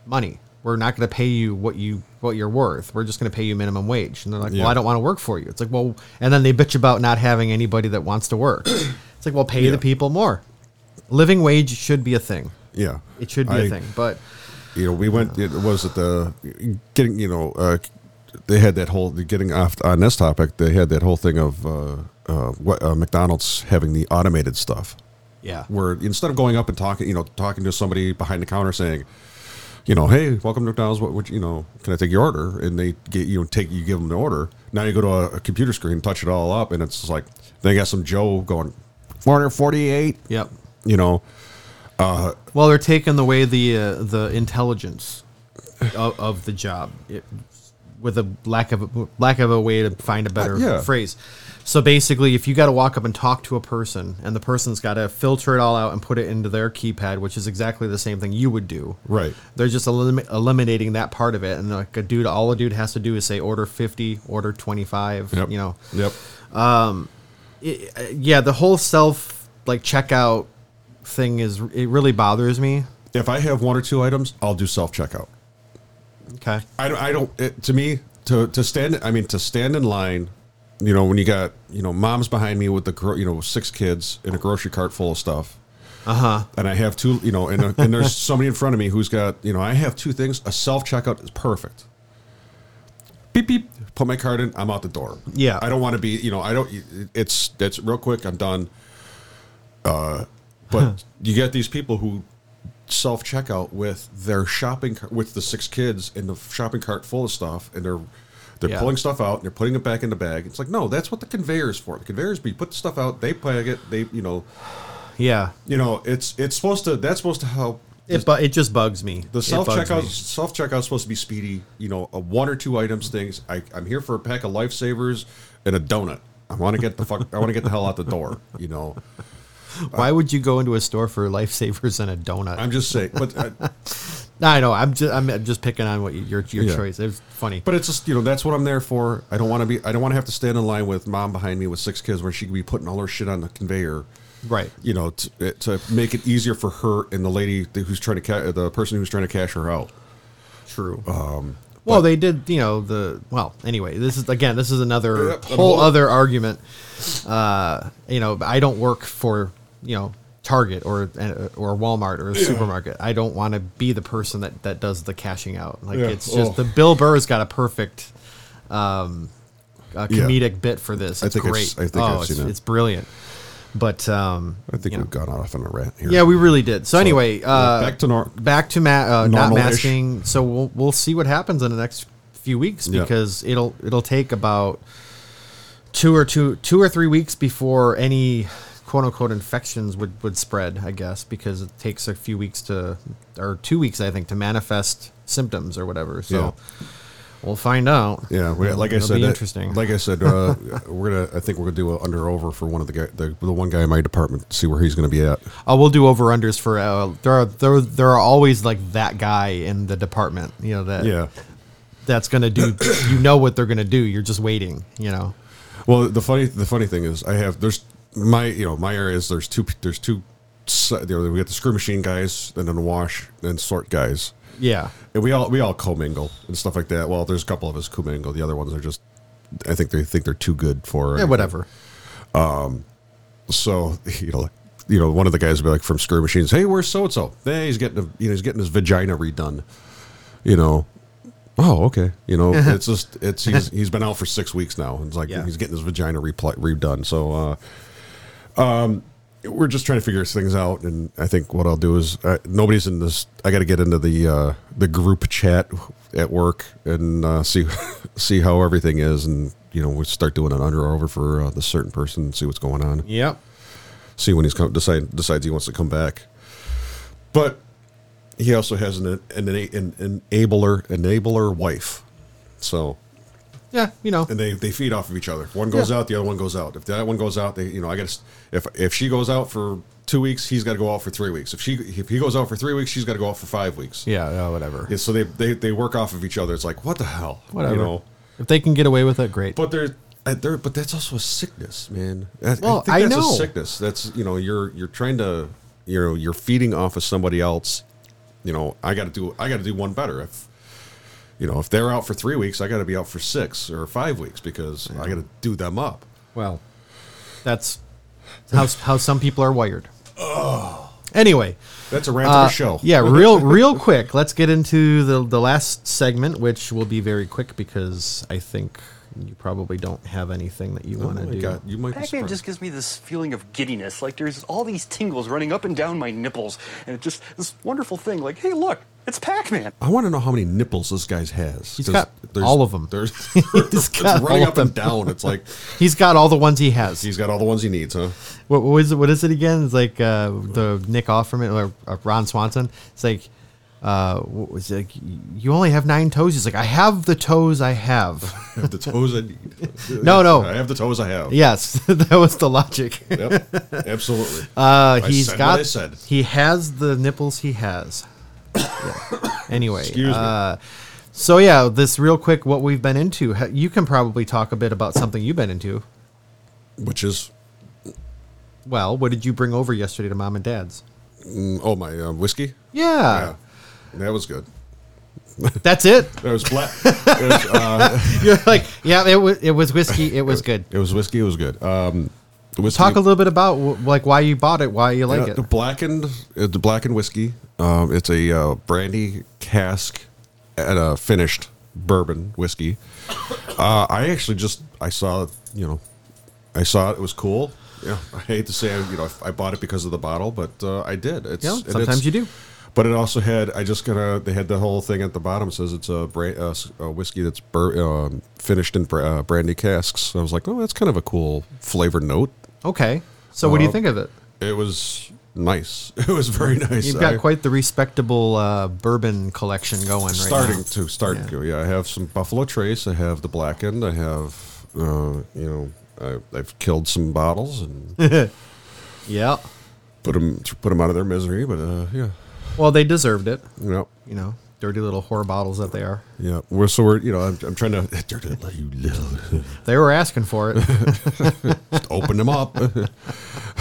money we're not going to pay you what you what you're worth we're just going to pay you minimum wage and they're like well Yeah. i don't want to work for you it's like well and then they bitch about not having anybody that wants to work it's like well pay the people more living wage should be a thing. yeah, It should be a a thing. But You know, we went. It was at the getting. You know, uh, they had that whole getting off on this topic. They had that whole thing of uh, uh, what uh, McDonald's having the automated stuff. yeah, where instead of going up and talking, you know, talking to somebody behind the counter saying, you know, hey, welcome to McDonald's. What would you you know? Can I take your order? And they get you know, take you give them the order. Now you go to a, a computer screen, touch it all up, and it's just like they got some Joe going four hundred forty eight. yep. You know, Well, they're taking away the uh, the intelligence of, of the job it, with a lack of a, lack of a way to find a better Uh, yeah. phrase. So basically, if you got to walk up and talk to a person, and the person's got to filter it all out and put it into their keypad, which is exactly the same thing you would do. Right. They're just elim- eliminating that part of it, and like a dude, all a dude has to do is say order fifty, order twenty five. Yep. You know. Yep. uh, yeah, the whole self like checkout thing is it really bothers me. If I have one or two items, I'll do self checkout. Okay. I don't. I don't it, to me, to to stand. I mean, to stand in line. You know, when you got you know moms behind me with the gro- you know six kids and a grocery cart full of stuff. Uh Uh-huh. huh. And I have two. You know, and uh, and there's somebody in front of me who's got you know I have two things. A self checkout is perfect. Beep beep. Put my card in. I'm out the door. Yeah. I don't want to be. You know, I don't. It's that's real quick. I'm done. Uh, but you get these people who self checkout with their shopping cart with the six kids and the shopping cart full of stuff and they're they're Yeah. pulling stuff out and they're putting it back in the bag. It's like no, that's what the conveyor is for. The conveyor is you put the stuff out, they bag it, they you know Yeah. you know it's it's supposed to that's supposed to help. It bu- it just bugs me. The It self bugs checkout me. self checkout supposed to be speedy. You know, a one or two items things. I, I'm here for a pack of lifesavers and a donut. I want to get the fuck. I want to get the hell out the door. You know, Why would you go into a store for lifesavers and a donut? I'm just saying. But uh, I, No, I know. I'm just I'm just picking on what you, your your Yeah. choice. It's funny. But it's just you know that's what I'm there for. I don't want to be. I don't want to have to stand in line with mom behind me with six kids where she could be putting all her shit on the conveyor. right. You know, to, to make it easier for her and the lady who's trying to ca- the person who's trying to cash her out. Uh, True. Um. Well, they did. You know the. Well, anyway, this is again. This is another Yep, whole I'm- other argument. Uh, you know, I don't work for you know Target or uh, or Walmart or a supermarket. I don't want to be the person that that does the cashing out. Like Yeah. it's just Oh. the Bill Burr's got a perfect um, uh, Yeah. comedic bit for this. It's I think I've great. s- I think oh, I've it's, seen it. it's brilliant. But um, I think you know. we've gone off on a rant here. yeah, we really did. So, anyway, uh, back to nor- back to ma- uh, not Normal-ish. masking. So we'll we'll see what happens in the next few weeks Yeah. because it'll it'll take about two or two two or three weeks before any quote unquote infections would would spread. I guess because it takes a few weeks to or two weeks I think to manifest symptoms or whatever. So we'll find out. Yeah, we, like I It'll said, be that- interesting. Like I said, uh, we're gonna. I think we're gonna do a under over for one of the guy, the, the one guy in my department, see where he's gonna be at. Oh, we'll do over unders for uh, there are there there are always like that guy in the department. You know that Yeah. that's gonna do. you know what they're gonna do. You're just waiting. You know. Well, the funny the funny thing is, I have there's my you know my area is there's two there's two si- you know, we got the screw machine guys and then the wash and sort guys, Yeah. and we all we all commingle and stuff like that. Well, there's a couple of us commingle. The other ones are just I think they think they're too good for Yeah. Whatever. so you know, like, you know, one of the guys would be like from Screw Machines, "Hey, where's so and so? Hey, he's getting, a, you know, he's getting his vagina redone." You know, oh okay, you know, it's just it's he's he's been out for six weeks now, and it's like Yeah. he's getting his vagina repl- redone. So, uh, um, we're just trying to figure things out, and I think what I'll do is uh, nobody's in this. I got to get into the uh, the group chat at work and uh, see see how everything is, and you know, we start doing an under over for uh, the certain person, and see what's going on Yep. see when he's come decide decides he wants to come back. But he also has an an, an enabler enabler wife, so Yeah. You know. and they they feed off of each other. One goes Yeah. out, the other one goes out. If that one goes out, they you know I got to if if she goes out for two weeks, he's got to go out for three weeks. If she if he goes out for three weeks, she's got to go out for five weeks. Yeah. yeah, whatever. Yeah, so they, they they work off of each other. It's like what the hell, Whatever. You know? If they can get away with it, great. But they're. uh, there- but that's also a sickness, man. I, Well, think I that's know. a sickness. That's you know you're you're trying to you know you're feeding off of somebody else. You know I got to do I got to do one better. If you know if they're out for three weeks, I got to be out for six or five weeks because I got to do them up. well, that's how how some people are wired. Anyway. That's a rant Uh, of a show. Yeah, real real quick. Let's get into the the last segment, which will be very quick because I think you probably don't have anything that you Oh want to my do. God, you might. Be Pac-Man surprised. just gives me this feeling of giddiness, like there's all these tingles running up and down my nipples, and it's just this wonderful thing. Like, hey, look, it's Pac-Man. I want to know how many nipples this guy's has. He's 'cause got there's- all of 'em. There's He's it's got running all up of and 'em. down. It's like He's got all the ones he has. he's got all the ones he needs, huh? what, what is it? What is it again? It's like uh, the Nick Offerman or uh, Ron Swanson. It's like, uh, what was it? like? You only have nine toes. He's like, I have the toes I have. I have the toes I need. No, no. I have the toes I have. yes, that was the logic. Yep, absolutely. Uh, I he's said got. what I said. He has the nipples. He has. Yeah. Anyway, Excuse me. uh, so yeah, this real quick, what we've been into. Ha- You can probably talk a bit about something you've been into. Which is Well, what did you bring over yesterday to mom and dad's? oh my uh, whiskey. Yeah, Yeah, that was good. that's it. That was black. it, was, uh, You're like, yeah, it was it was whiskey. It was good. it was whiskey. It was good. Um, the whiskey, Talk a little bit about wh- like why you bought it, why you like yeah, it. The blackened, uh, the blackened whiskey. Um, it's a uh, brandy cask and a finished bourbon whiskey. Uh, I actually just I saw you know, I saw it. It was cool. Yeah, I hate to say I, you know I bought it because of the bottle, but uh, I did. It's, Yeah, and sometimes it's- you do. But it also had I just got a they had the whole thing at the bottom says it's a, bra- uh, s- a whiskey that's bur- um, finished in bra- uh, brandy casks. I was like, oh, that's kind of a cool flavor note. Okay, so what do you Uh, think of it? It was nice. It was very nice. You've got I- quite the respectable uh, bourbon collection going right starting now. to starting Yeah. to. Yeah, I have some Buffalo Trace. I have the blackened. I have uh, you know I, I've killed some bottles and Yeah. put them put them out of their misery. But uh, yeah, Well, they deserved it. you know. You know, dirty little whore bottles that they are. Yeah, we're so we're you know I'm, I'm trying to you little They were asking for it. Just open them up.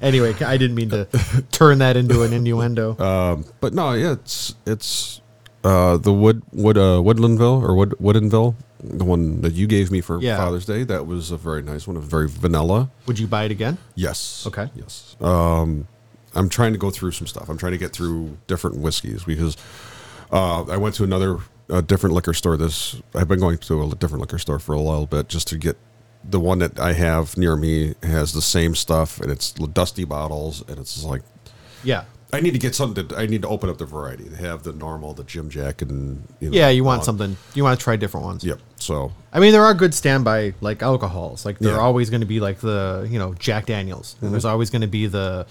anyway, I didn't mean to turn that into an innuendo. Um, But no, yeah, it's it's uh, the uh, wood wood uh, Woodlandville or wood Woodinville the one that you gave me for Yeah. Father's Day. That was a very nice one, a very vanilla. Would you buy it again? Yes. Okay. Yes. Um, I'm trying to go through some stuff. I'm trying to get through different whiskeys because uh, I went to another a different liquor store. This I've been going to a different liquor store for a little bit just to get the one that I have near me has the same stuff and it's dusty bottles and it's just like Yeah. I need to get something. To, I need to open up the variety. They have the normal, the Jim Jack, and you know, Yeah, you want all- something. You want to try different ones. Yep. So I mean, there are good standby like alcohols. Like there Yeah. Mm-hmm. are always going to be like the you know Jack Daniels. And there's always going to be the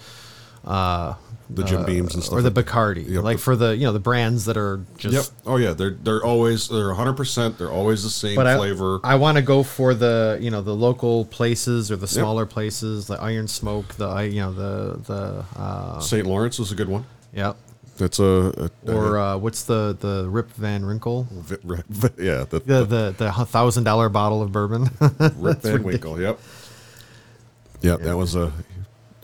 uh, the Jim Beams and stuff or the like that. Bacardi. Yep, like the- for the you know the brands that are just. Yep. Oh yeah, they're they're always they're 100. percent They're always the same But flavor. I, I want to go for the you know the local places or the smaller places, the Iron Smoke, the I you know the the uh, St. Lawrence was a good one. yep. That's a, a Or uh, what's the the Rip Van Winkle? Vi- ri- vi- yeah, the, The the, the the thousand dollar bottle of bourbon. Rip Van Winkle. Yep. Yep, that was a.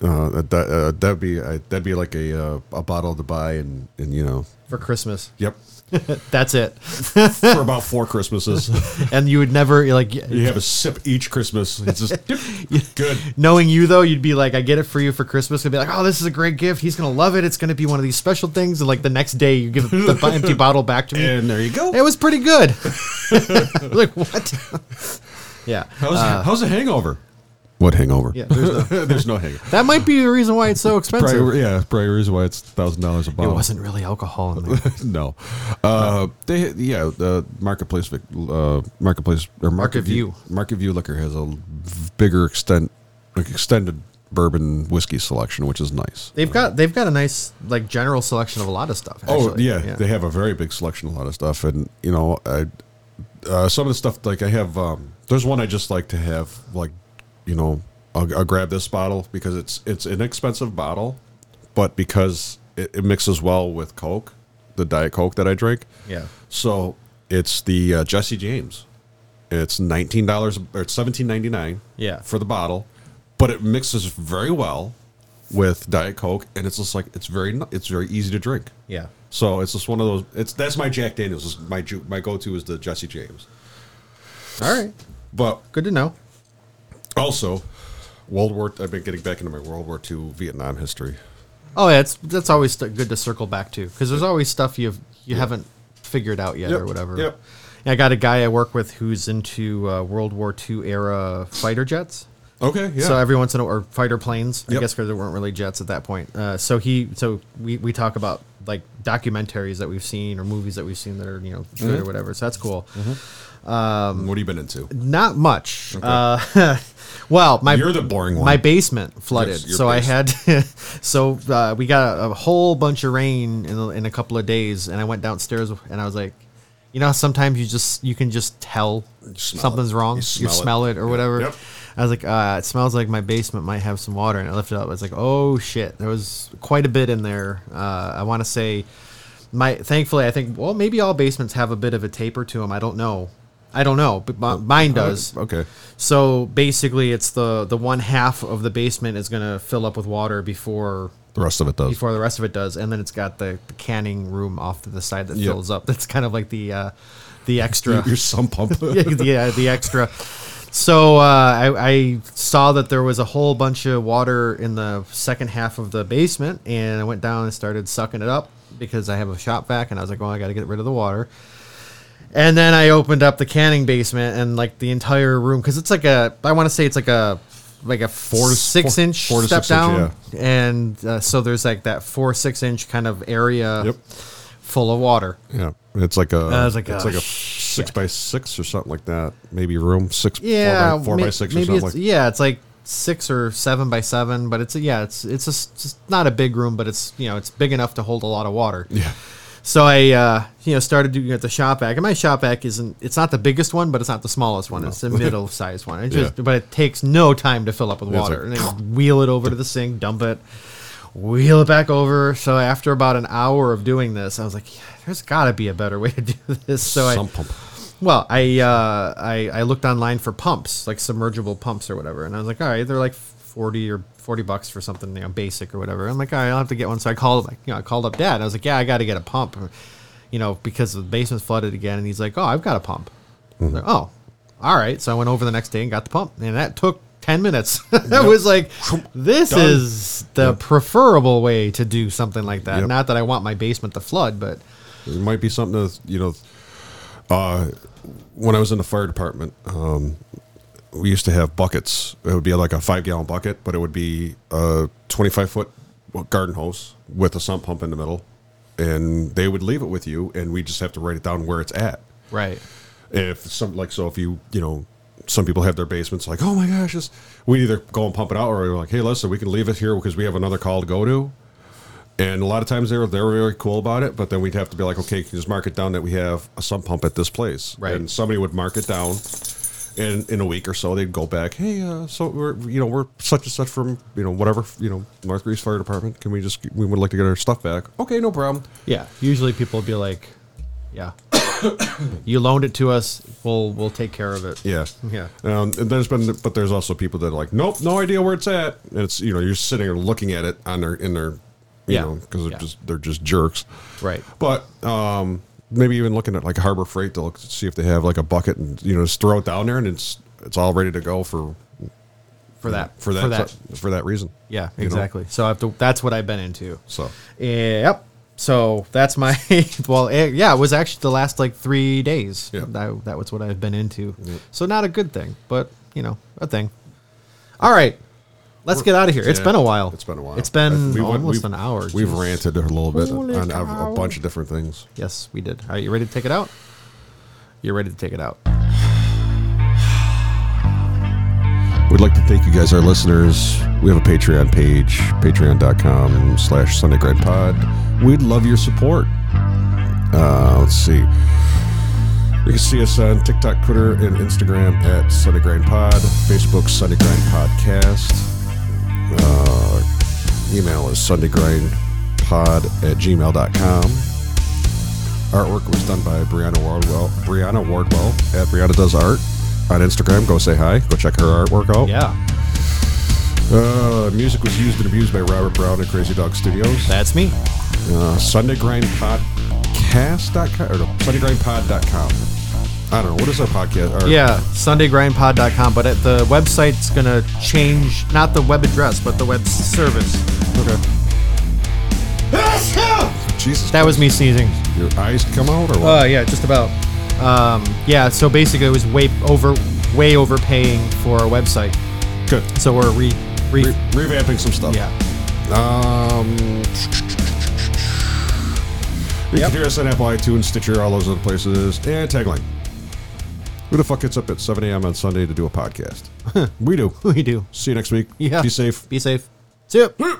Uh, that, uh, that'd be I, that'd be like a uh, a bottle to buy and and you know for Christmas. yep That's it. for about four Christmases And you would never like you have a sip each Christmas it's just good knowing you though, you'd be like, I get it for you for Christmas. I'd be like, oh, this is a great gift. He's gonna love it. It's gonna be one of these special things. And like the next day, you give the bu- empty bottle back to me. and there you go it was pretty good. like what? yeah, how's how's the hangover what hangover yeah. There's no, there's no hangover that might be the reason why it's so expensive. Probably, yeah, probably reason why it's thousand dollars a It bottle. wasn't really alcohol in there. no, uh, they yeah the marketplace Vic- uh, marketplace or market, Market View. market view liquor has a bigger extent like extended bourbon whiskey selection, which is nice. They've got they've got a nice like general selection of a lot of stuff. Oh actually. yeah, they have a very big selection, of a lot of stuff, and you know, I uh, some of the stuff like I have. Um, there's one I just like to have, like you know, I'll, I'll grab this bottle because it's it's an expensive bottle, but because it, it mixes well with Coke, the Diet Coke that I drink. Yeah. So it's the uh, Jesse James. It's nineteen dollars or seventeen ninety nine. Yeah. for the bottle, but it mixes very well with Diet Coke, and it's just like it's very n- it's very easy to drink. yeah. So it's just one of those. It's that's my Jack Daniels. is my ju- my go to is the Jesse James. All right, But good to know. also, World War. I've been getting back into my World War II Vietnam history. Oh yeah, it's that's always st- good to circle back to because there's always stuff you've you haven't figured out yet or Yep, whatever. yep. Yeah, I got a guy I work with who's into uh, World War II era fighter jets. Okay, yeah. So every once in a or fighter planes, I Yep. guess because there weren't really jets at that point. Uh, so he, so we, we talk about like documentaries that we've seen or movies that we've seen that are you know good Mm-hmm. or whatever. So that's cool. what have you been into? Not much. Uh, well, my You're the boring one. My basement flooded, Yes, your so basement. I had so uh, we got a, a whole bunch of rain in, a- in a couple of days, and I went downstairs and I was like, you know, how sometimes you just you can just tell smell something's it. wrong. You You smell, smell it. it. or whatever. Yep. I was like, uh, it smells like my basement might have some water, and I lifted it up. I was like, oh shit, there was quite a bit in there. Uh, I want to say my thankfully i think well maybe all basements have a bit of a taper to them i don't know i don't know but mi- mine does Uh, Okay, so basically it's the the one half of the basement is going to fill up with water before the rest of it does. before the rest of it does and then it's got the, the canning room off to the side that Yep. fills up that's kind of like the uh the extra Your, your sump pump. yeah, the, uh, the extra. So uh, I, I saw that there was a whole bunch of water in the second half of the basement, and I went down and started sucking it up because I have a shop vac, and I was like, "Well, I got to get rid of the water." And then I opened up the canning basement, and like the entire room, because it's like a, I want to say it's like a, like a four to s- six four- inch four to step six inch, down, and uh, so there's like that four six inch kind of area Yep. full of water. yeah, it's like a I was like, Uh, it's "Oh, like a six by six or something like that. Maybe room six. yeah, four by, four may- by six or maybe something. it's, like yeah, it's like six or seven by seven, but it's yeah, it's it's just, just not a big room, but it's you know it's big enough to hold a lot of water. Yeah. So I uh, you know started doing it at the shop vac, and my shop vac isn't it's not the biggest one, but it's not the smallest one. It's the middle sized one. It just Yeah. but it takes no time to fill up with Yeah, it's water, and like- then you wheel it over to the sink, dump it. Wheel it back over. So after about an hour of doing this, I was like, yeah, "There's got to be a better way to do this." So I sump pump. well, I, uh, I I looked online for pumps, like submergible pumps or whatever, and I was like, all right, they're like forty or forty bucks for something, you know, basic or whatever. I'm like, all right, I'll have to get one. So I called, like, you know, I called up Dad. I was like, yeah, I got to get a pump, you know, because the basement's flooded again, and he's like, oh, I've got a pump. Like, Mm-hmm. oh, all right. So I went over the next day and got the pump, and that took ten minutes. I was like, this Done. is the preferable way to do something like that. Yep. Not that I want my basement to flood, but It might be something to you know. Uh, when I was in the fire department, um, we used to have buckets. It would be like a five gallon bucket, but it would be a twenty five foot garden hose with a sump pump in the middle, and they would leave it with you, and we just have to write it down where it's at. right. If some like so, if you you know. Some people have their basements like, oh my gosh, this, we either go and pump it out or we're like, hey, listen, we can leave it here because we have another call to go to. And a lot of times they were they were very cool about it, but then we'd have to be like, okay, can you just mark it down that we have a sump pump at this place? Right. And somebody would mark it down, and in a week or so they'd go back, hey, uh, so we're you know we're such and such from you know whatever you know North Greece Fire Department. Can we just we would like to get our stuff back? Okay, no problem. Yeah. Usually people will be like, yeah, you loaned it to us. We'll we'll take care of it. Yeah, Yeah. Um, and there's been, but there's also people that are like, nope, no idea where it's at. And it's you know you're sitting there looking at it on their in their, you Yeah. know, because they're Yeah. just they're just jerks. Right. But um, maybe even looking at like Harbor Freight to look to see if they have like a bucket and you know just throw it down there and it's it's all ready to go for For that. for that for that, reason. Yeah. you know? Exactly. So I have to. That's what I've been into. So Yep. So that's my well, eh, yeah. It was actually the last like three days. Yeah. That, that was what I've been into. So not a good thing, but you know, a thing. All right, let's get out of here. It's yeah, been a while. It's been a while. It's been We went- almost we've- an hour. We've Jeez. ranted a little bit Holy on a, cow. a bunch of different things. Yes, we did. All right, you ready to take it out? You're ready to take it out. We'd like to thank you guys, our listeners. We have a Patreon page, patreon.com slash Sunday Grind Pod. We'd love your support. Uh, let's see. You can see us on TikTok, Twitter, and Instagram at Sunday Grind Pod, Facebook Sunday Grind Podcast. Uh, email is sundayggrindpod at gmail.com. Artwork was done by Brianna Wardwell. Brianna Wardwell at Brianna Does Art on Instagram. Go say hi. Go check her artwork out. Yeah, Uh, music was used and abused by Robert Brown at Crazy Dog Studios. that's me. Uh, SundayGrindPodcast.com or no, SundayGrindPod.com. I don't know. What is our podcast? Our, Yeah, SundayGrindPod.com. But at the website's gonna change, not the web address, but the web service. Okay. Jesus. That was me sneezing. Your eyes come out or what? Uh, yeah, just about. Um, yeah, so basically it was way over, way overpaying for our website. Good. So we're re, re, Re- revamping some stuff. yeah, Um. You Yep. can hear us on Apple, iTunes, Stitcher, all those other places. And tagline. Who the fuck gets up at 7 a.m. on Sunday to do a podcast? we do. we do. See you next week. Yeah. Be safe. Be safe. See ya.